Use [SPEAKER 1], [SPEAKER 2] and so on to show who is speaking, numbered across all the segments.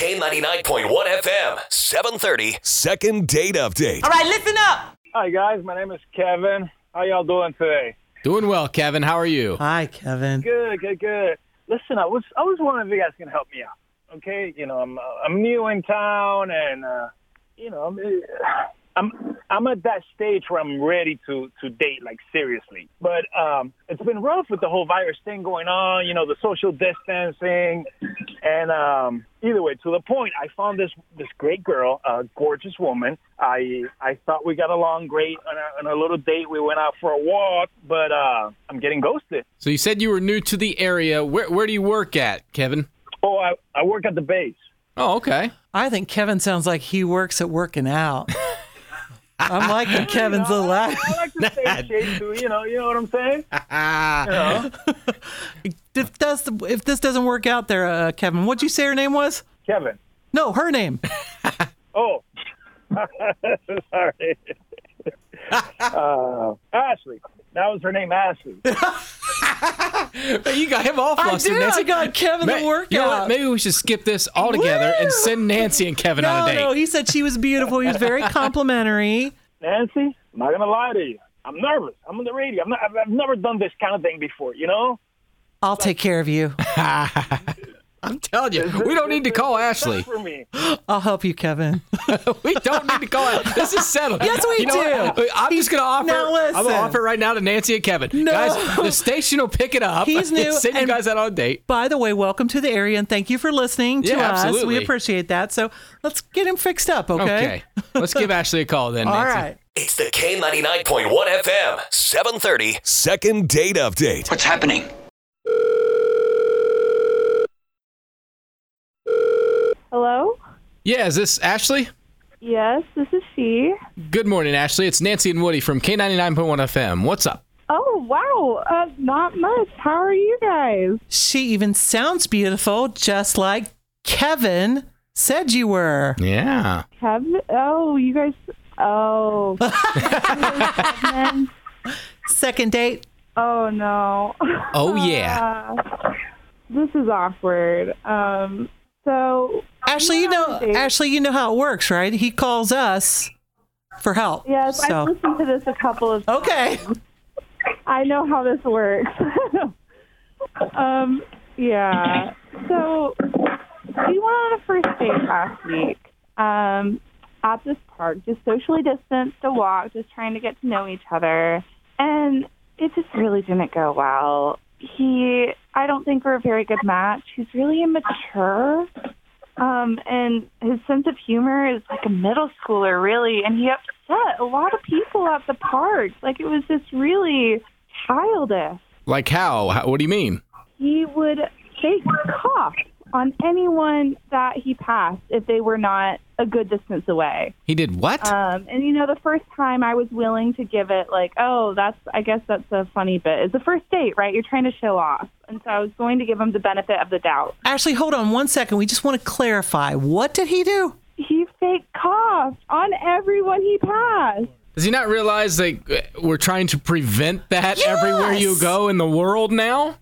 [SPEAKER 1] K99.1 FM, 730.
[SPEAKER 2] Second date update.
[SPEAKER 3] All right, listen up.
[SPEAKER 4] Hi guys, my name is Kevin. How y'all doing today?
[SPEAKER 5] Doing well, Kevin. How are you?
[SPEAKER 3] Hi, Kevin.
[SPEAKER 4] Good, good, good. Listen, I was I was wondering if you guys can help me out. Okay, you know I'm uh, I'm new in town, and uh, you know I'm I'm I'm at that stage where I'm ready to to date like seriously. But um, it's been rough with the whole virus thing going on. You know the social distancing, and um, either way, to the point, I found this this great girl, a gorgeous woman. I I thought we got along great on a, on a little date. We went out for a walk, but uh, I'm getting ghosted.
[SPEAKER 5] So you said you were new to the area. Where where do you work at, Kevin?
[SPEAKER 4] Oh, I, I work at the base.
[SPEAKER 5] Oh, okay.
[SPEAKER 3] I think Kevin sounds like he works at working out. I'm liking Kevin's
[SPEAKER 4] You know,
[SPEAKER 3] little
[SPEAKER 4] I,
[SPEAKER 3] act.
[SPEAKER 4] I like to stay in shape too. You know, you know what I'm saying?
[SPEAKER 3] If, that's the, if this doesn't work out there, uh, Kevin, what'd you say her name was?
[SPEAKER 4] Kevin.
[SPEAKER 3] No, her name.
[SPEAKER 4] Oh, sorry. uh, Ashley. That was her name, Ashley.
[SPEAKER 5] You got him all
[SPEAKER 3] I
[SPEAKER 5] flustered,
[SPEAKER 3] did.
[SPEAKER 5] Nancy.
[SPEAKER 3] I got Kevin
[SPEAKER 5] Ma-
[SPEAKER 3] the workout.
[SPEAKER 5] you know what? Maybe we should skip this altogether and
[SPEAKER 3] Woo!
[SPEAKER 5] send Nancy and Kevin on a
[SPEAKER 3] no,
[SPEAKER 5] date.
[SPEAKER 3] no, he said she was beautiful. He was very complimentary.
[SPEAKER 4] Nancy, I'm not gonna lie to you. I'm nervous. I'm on the radio. I'm not, I've, I've never done this kind of thing before. You know?
[SPEAKER 3] I'll take care of you.
[SPEAKER 5] I'm telling you, we don't need to call Ashley.
[SPEAKER 4] For me.
[SPEAKER 3] I'll help you, Kevin.
[SPEAKER 5] We don't need to call it. This is settled.
[SPEAKER 3] Yes, we
[SPEAKER 5] You know what?
[SPEAKER 3] do.
[SPEAKER 5] I'm just gonna offer.
[SPEAKER 3] Now listen.
[SPEAKER 5] I'm gonna offer it right now to Nancy and Kevin.
[SPEAKER 3] No.
[SPEAKER 5] Guys, the station will pick it up.
[SPEAKER 3] He's new
[SPEAKER 5] Send you
[SPEAKER 3] and-
[SPEAKER 5] guys out on a date.
[SPEAKER 3] By the way, welcome to the area and thank you for listening to
[SPEAKER 5] Yeah,
[SPEAKER 3] us.
[SPEAKER 5] absolutely.
[SPEAKER 3] We appreciate that. So let's get him fixed up, okay?
[SPEAKER 5] Okay. Let's give Ashley a call then.
[SPEAKER 3] All
[SPEAKER 5] Nancy.
[SPEAKER 3] right.
[SPEAKER 1] It's the K99.1 FM, 730.
[SPEAKER 2] Second date update.
[SPEAKER 6] What's happening?
[SPEAKER 7] Hello?
[SPEAKER 5] Yeah, is this Ashley?
[SPEAKER 7] Yes, this is she.
[SPEAKER 5] Good morning, Ashley. It's Nancy and Woody from K99.1 FM. What's up?
[SPEAKER 7] Oh, wow. Uh, not much. How are you guys?
[SPEAKER 3] She even sounds beautiful, just like Kevin said you were.
[SPEAKER 5] Yeah.
[SPEAKER 7] Kevin? Oh, you guys. Oh. Kevin?
[SPEAKER 3] Second date.
[SPEAKER 7] Oh, no.
[SPEAKER 5] Oh, yeah.
[SPEAKER 7] Uh, this is awkward. Um, so,
[SPEAKER 3] Ashley, you know
[SPEAKER 7] date.
[SPEAKER 3] Ashley, you know how it works, right? He calls us for help.
[SPEAKER 7] yes, I've
[SPEAKER 3] So
[SPEAKER 7] listened to this a couple of
[SPEAKER 3] Okay.
[SPEAKER 7] I know how this works. um, yeah. So we went on a first date last week um, at this park, just socially distanced, a walk, just trying to get to know each other, and it just really didn't go well. He, I don't think we're a very good match. He's really immature. Um, and his sense of humor is like a middle schooler, really. And he upset a lot of people at the park. Like it was just really childish.
[SPEAKER 5] Like how? how? What do you mean?
[SPEAKER 7] He would fake cough on anyone that he passed if they were not a good distance away.
[SPEAKER 5] He did what?
[SPEAKER 3] Uh,
[SPEAKER 7] Um, and you know, the first time I was willing to give it like, oh, that's, I guess that's a funny bit. It's the first date, right? You're trying to show off. And so I was going to give him the benefit of the doubt.
[SPEAKER 3] Ashley, hold on one second. We just want to clarify. What did he do?
[SPEAKER 7] He fake coughed on everyone he passed.
[SPEAKER 5] Does he not realize like we're trying to prevent that everywhere you
[SPEAKER 3] Yes!
[SPEAKER 5] go in the world now?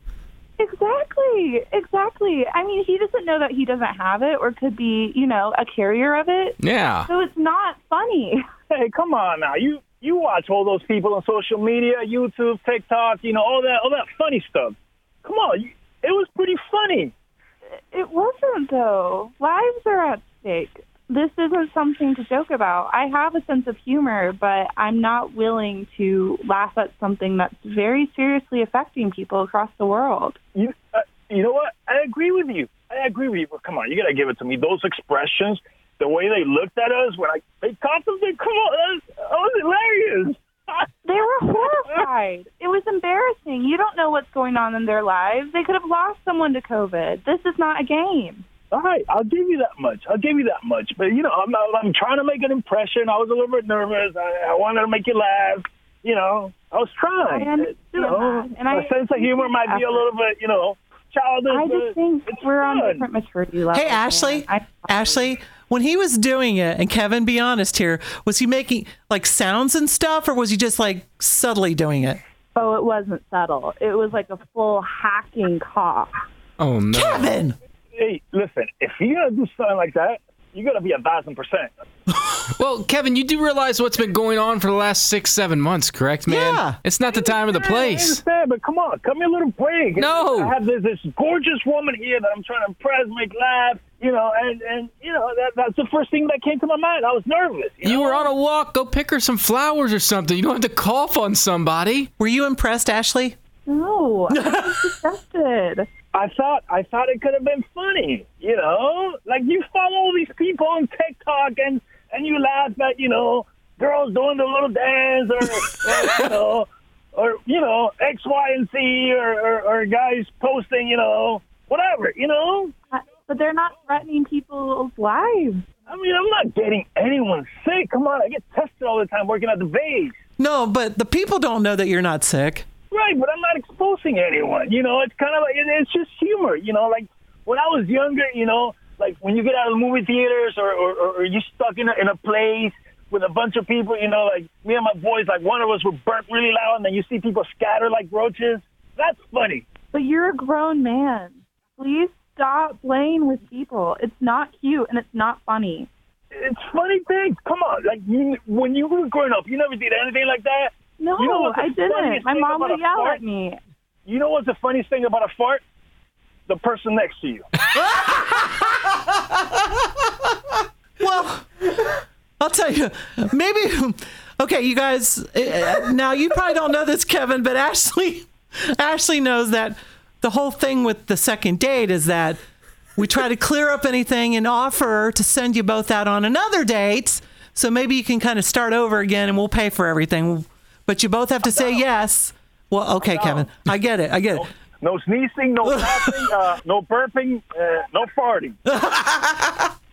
[SPEAKER 7] Exactly, exactly. I mean, he doesn't know that he doesn't have it or could be, you know, a carrier of it.
[SPEAKER 5] Yeah.
[SPEAKER 7] So it's not funny.
[SPEAKER 4] Hey, come on now. You you watch all those people on social media, YouTube, TikTok, you know, all that all that funny stuff. Come on, you, it was pretty funny.
[SPEAKER 7] It wasn't, though. Lives are at stake. This isn't something to joke about. I have a sense of humor, but I'm not willing to laugh at something that's very seriously affecting people across the world.
[SPEAKER 4] You uh, you know what? I agree with you. I agree with you. But come on, you gotta give it to me. Those expressions, the way they looked at us when I they caught something. Come on, that was, that was hilarious.
[SPEAKER 7] They were horrified. it was embarrassing. You don't know what's going on in their lives. They could have lost someone to COVID. This is not a game.
[SPEAKER 4] All right, I'll give you that much. I'll give you that much. But you know, I'm I'm trying to make an impression. I was a little bit nervous. I, I wanted to make you laugh. You know, I was trying.
[SPEAKER 7] I understand
[SPEAKER 4] you know,
[SPEAKER 7] that, and I
[SPEAKER 4] my sense of humor might be a little bit, you know, childish.
[SPEAKER 7] I
[SPEAKER 4] but
[SPEAKER 7] just think
[SPEAKER 4] it's
[SPEAKER 7] we're on
[SPEAKER 4] fun.
[SPEAKER 7] different maturity levels.
[SPEAKER 3] Hey, Ashley.
[SPEAKER 7] Oh, man. I,
[SPEAKER 3] Ashley, when he was doing it, and Kevin, be honest here, was he making like sounds and stuff, or was he just like subtly doing it?
[SPEAKER 7] oh, it wasn't subtle. It was like a full hacking cough.
[SPEAKER 5] Oh no.
[SPEAKER 3] Kevin,
[SPEAKER 4] hey, listen, if you're gonna do something like that, you gotta be a thousand percent.
[SPEAKER 5] Well, Kevin, you do realize what's been going on for the last six, seven months, correct, man?
[SPEAKER 3] Yeah.
[SPEAKER 5] It's not the time or the
[SPEAKER 4] I
[SPEAKER 5] place.
[SPEAKER 4] understand, but come on, cut me a little break.
[SPEAKER 5] No.
[SPEAKER 4] I have this, this gorgeous woman here that I'm trying to impress, make laugh, you know, and and you know that that's the first thing that came to my mind. I was nervous. You,
[SPEAKER 5] You
[SPEAKER 4] know?
[SPEAKER 5] were on a walk. Go pick her some flowers or something. You don't have to cough on somebody.
[SPEAKER 3] Were you impressed, Ashley?
[SPEAKER 7] No, I was disgusted.
[SPEAKER 4] I thought I thought it could have been funny, you know, like you follow all these people on TikTok and and you laugh at you know girls doing the little dance or, or you know or you know X Y and Z or, or or guys posting you know whatever you know.
[SPEAKER 7] I- But they're not threatening people's lives.
[SPEAKER 4] I mean, I'm not getting anyone sick. Come on, I get tested all the time working at the base.
[SPEAKER 3] No, but the people don't know that you're not sick.
[SPEAKER 4] Right, but I'm not exposing anyone. You know, it's kind of like it, it's just humor. You know, like when I was younger, you know, like when you get out of movie theaters or or, or, or you stuck in a, in a place with a bunch of people. You know, like me and my boys, like one of us would burp really loud, and then you see people scatter like roaches. That's funny.
[SPEAKER 7] But you're a grown man. Please stop playing with people. It's not cute and it's not funny.
[SPEAKER 4] It's funny things. Come on, like you, when you were growing up, you never did anything like that.
[SPEAKER 7] No,
[SPEAKER 4] You know what the
[SPEAKER 7] I didn't.
[SPEAKER 4] funniest
[SPEAKER 7] My
[SPEAKER 4] thing
[SPEAKER 7] mom
[SPEAKER 4] about
[SPEAKER 7] would
[SPEAKER 4] a
[SPEAKER 7] yell
[SPEAKER 4] fart-
[SPEAKER 7] at me.
[SPEAKER 4] You know what's the funniest thing about a fart? The person next to you.
[SPEAKER 3] Well, I'll tell you, maybe. Okay, you guys. uh, Now you probably don't know this, Kevin, but Ashley, Ashley knows that the whole thing with the second date is that we try to clear up anything and offer to send you both out on another date. So maybe you can kind of start over again, and we'll pay for everything. But you both have to say yes. Well, okay, Kevin, I get it. I get it.
[SPEAKER 4] No sneezing, no coughing, uh, no burping, uh, no farting.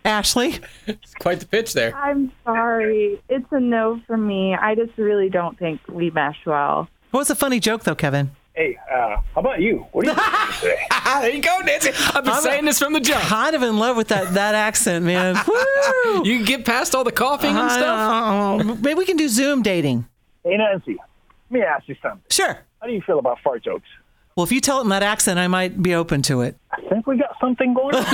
[SPEAKER 3] Ashley,
[SPEAKER 5] It's quite the pitch there.
[SPEAKER 7] I'm sorry. It's a no for me. I just really don't think we mesh well.
[SPEAKER 3] what was a funny joke though, Kevin?
[SPEAKER 4] Hey, uh, how about you? What do you think today?
[SPEAKER 5] Ah, there you go, Nancy. I've been saying this from the jump.
[SPEAKER 3] Kind of in love with that that accent, man. Woo!
[SPEAKER 5] You get past all the coughing and stuff.
[SPEAKER 3] I don't know. Maybe we can do Zoom dating.
[SPEAKER 4] Hey, Nancy, let me ask you something.
[SPEAKER 3] Sure.
[SPEAKER 4] How do you feel about fart jokes?
[SPEAKER 3] Well, if you tell it in that accent, I might be open to it.
[SPEAKER 4] I think we got something going on.
[SPEAKER 1] The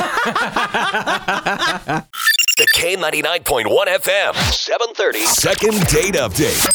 [SPEAKER 1] K99.1 FM, 730.
[SPEAKER 2] Second date update.